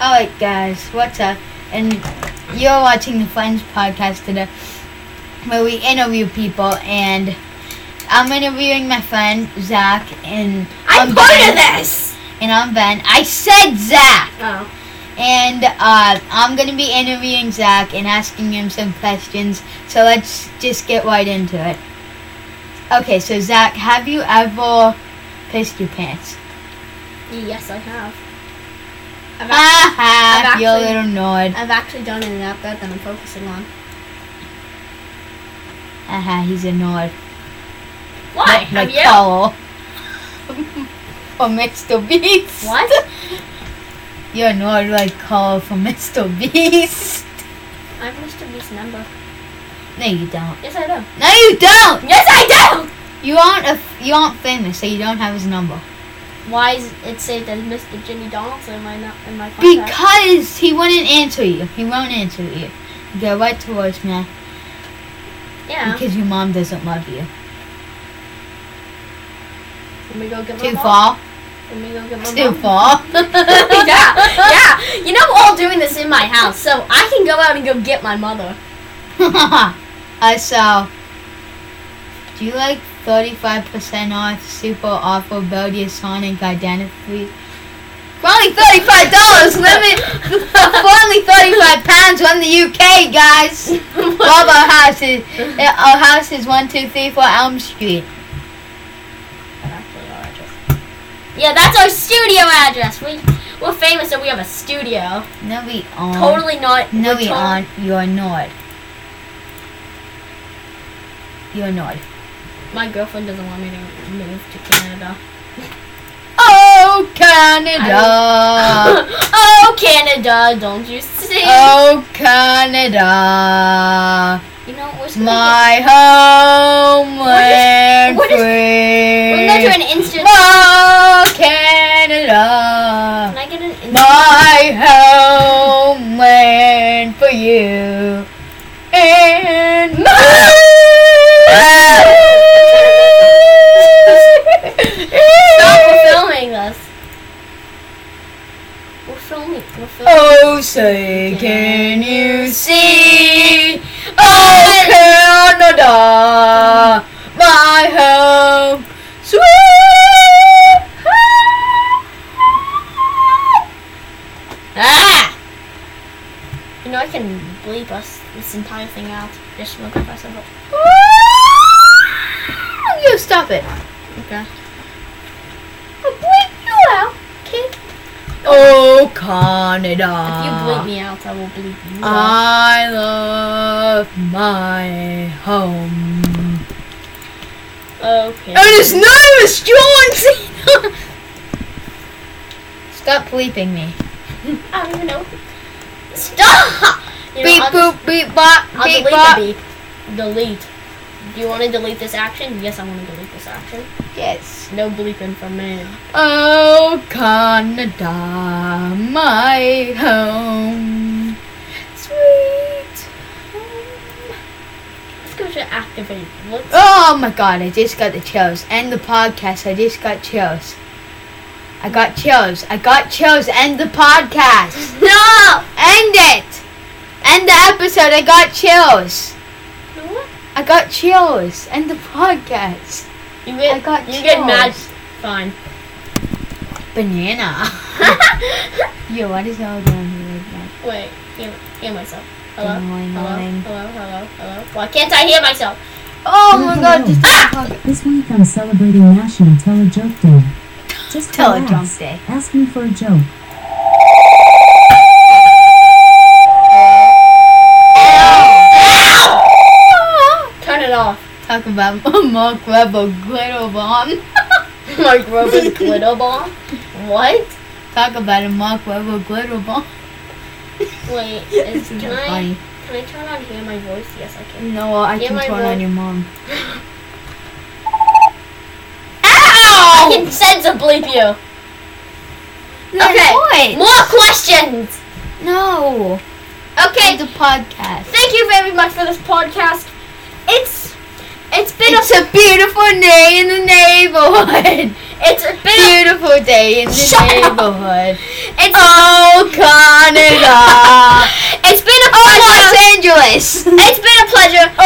Alright, guys, what's up? And you're watching the Friends podcast today, where we interview people, and I'm interviewing my friend Zach, and I'm um, part of Ben, this. And I'm Ben. I said Zach, Oh, and uh, I'm gonna be interviewing Zach and asking him some questions. So let's just get right into it. Okay, so Zach, have you ever pissed your pants? yes, I have. I've, act- Ha ha! I've You're a actually- little annoyed. I've actually done it out there that I'm focusing on. Haha, he's annoyed. What? Like, like Paul. from Mr. Beast. What? You're annoyed like Carl from Mr. Beast. I'm Mr. Beast's number. No, you don't. Yes, I do. No, you don't. Yes, I You aren't a, you aren't famous, so you don't have his number. do. Why is it saved as Mr. Jimmy Donaldson in my not in my contact? Because he wouldn't answer you. He won't answer you. You go right to voicemail yeah. because your mom doesn't love you. Can we go give Too him far. Can we go give him Too far. yeah, yeah. You know, we're all doing this in my house, so I can go out and go get my mother. uh, so, do you like 35% off super awful Belgian Sonic identity? For only $35, limit, for only 35 pounds from the UK, guys. Love our houses. Our house is 1234 Elm Street. Yeah, that's our studio address. We we're famous that we have a studio. No, we aren't. Totally not. Uh, No, we're we to- aren't. You're not. You're not. My girlfriend doesn't want me to move to Canada. Oh, Canada. oh, Canada! Don't you see? Uh, Oh Canada, You know we're just gonna my homeland What is- what is- get, we're gonna do free. an instant. Oh Canada, Can I get an instant? my homeland for you. And Stop! We're my filming this. We're filming. We're filming. Oh, say can you see? Oh, Canada, my home, sweet home. Ah! You know I can bleep us this entire thing out. Just look at myself. You stop it. Okay. I'll bleep you out, kid. Oh, Canada. If you Uh, bleep me out, I will bleep you. out. I love my home. okay. And his name is John Cena. Stop bleeping me. I don't even know. Stop! You know, beep I'll boop beep bop I'll beep delete bop. the beep. Delete. Do you want to delete this action? Yes, I want to delete this action. Yes. No bleeping from me. Oh Canada, my home, sweet home. Let's go to activate. Let's. Oh my God! I just got the chills. End the podcast. I just got chills. I got chills. I got chills. End the podcast. No! End it. End the episode. I got chills. What? I got chills and the podcast. You get, I got you get mad. chills. Fine. Banana. Yo, what is all going on right now? Wait, hear, hear myself. Hello? Good morning, hello? morning. Hello? Hello? Hello? Why can't I hear myself? Oh my god, just ah! This week I'm celebrating National Tell a Joke Day. Just Tell a relax. joke day. Ask me for a joke. Turn it off. Talk about Mark Rebel Glitter Bomb. My rope is glitter bomb? What? Talk about a Mark Rebel Glitter Bomb. Wait, is, This is can not I funny. can I turn on hear my voice? Yes, I can. No, I Yeah, can my turn on voice. your mom. I Ow! can sense a bleep you. Okay. More questions. No. Okay, End the podcast. thank you very much for this podcast. It's it's been It's a beautiful day in the neighborhood. a it's been a, Beautiful day in the Shut up. neighborhood. it's Oh this? It's been a pleasure. Oh!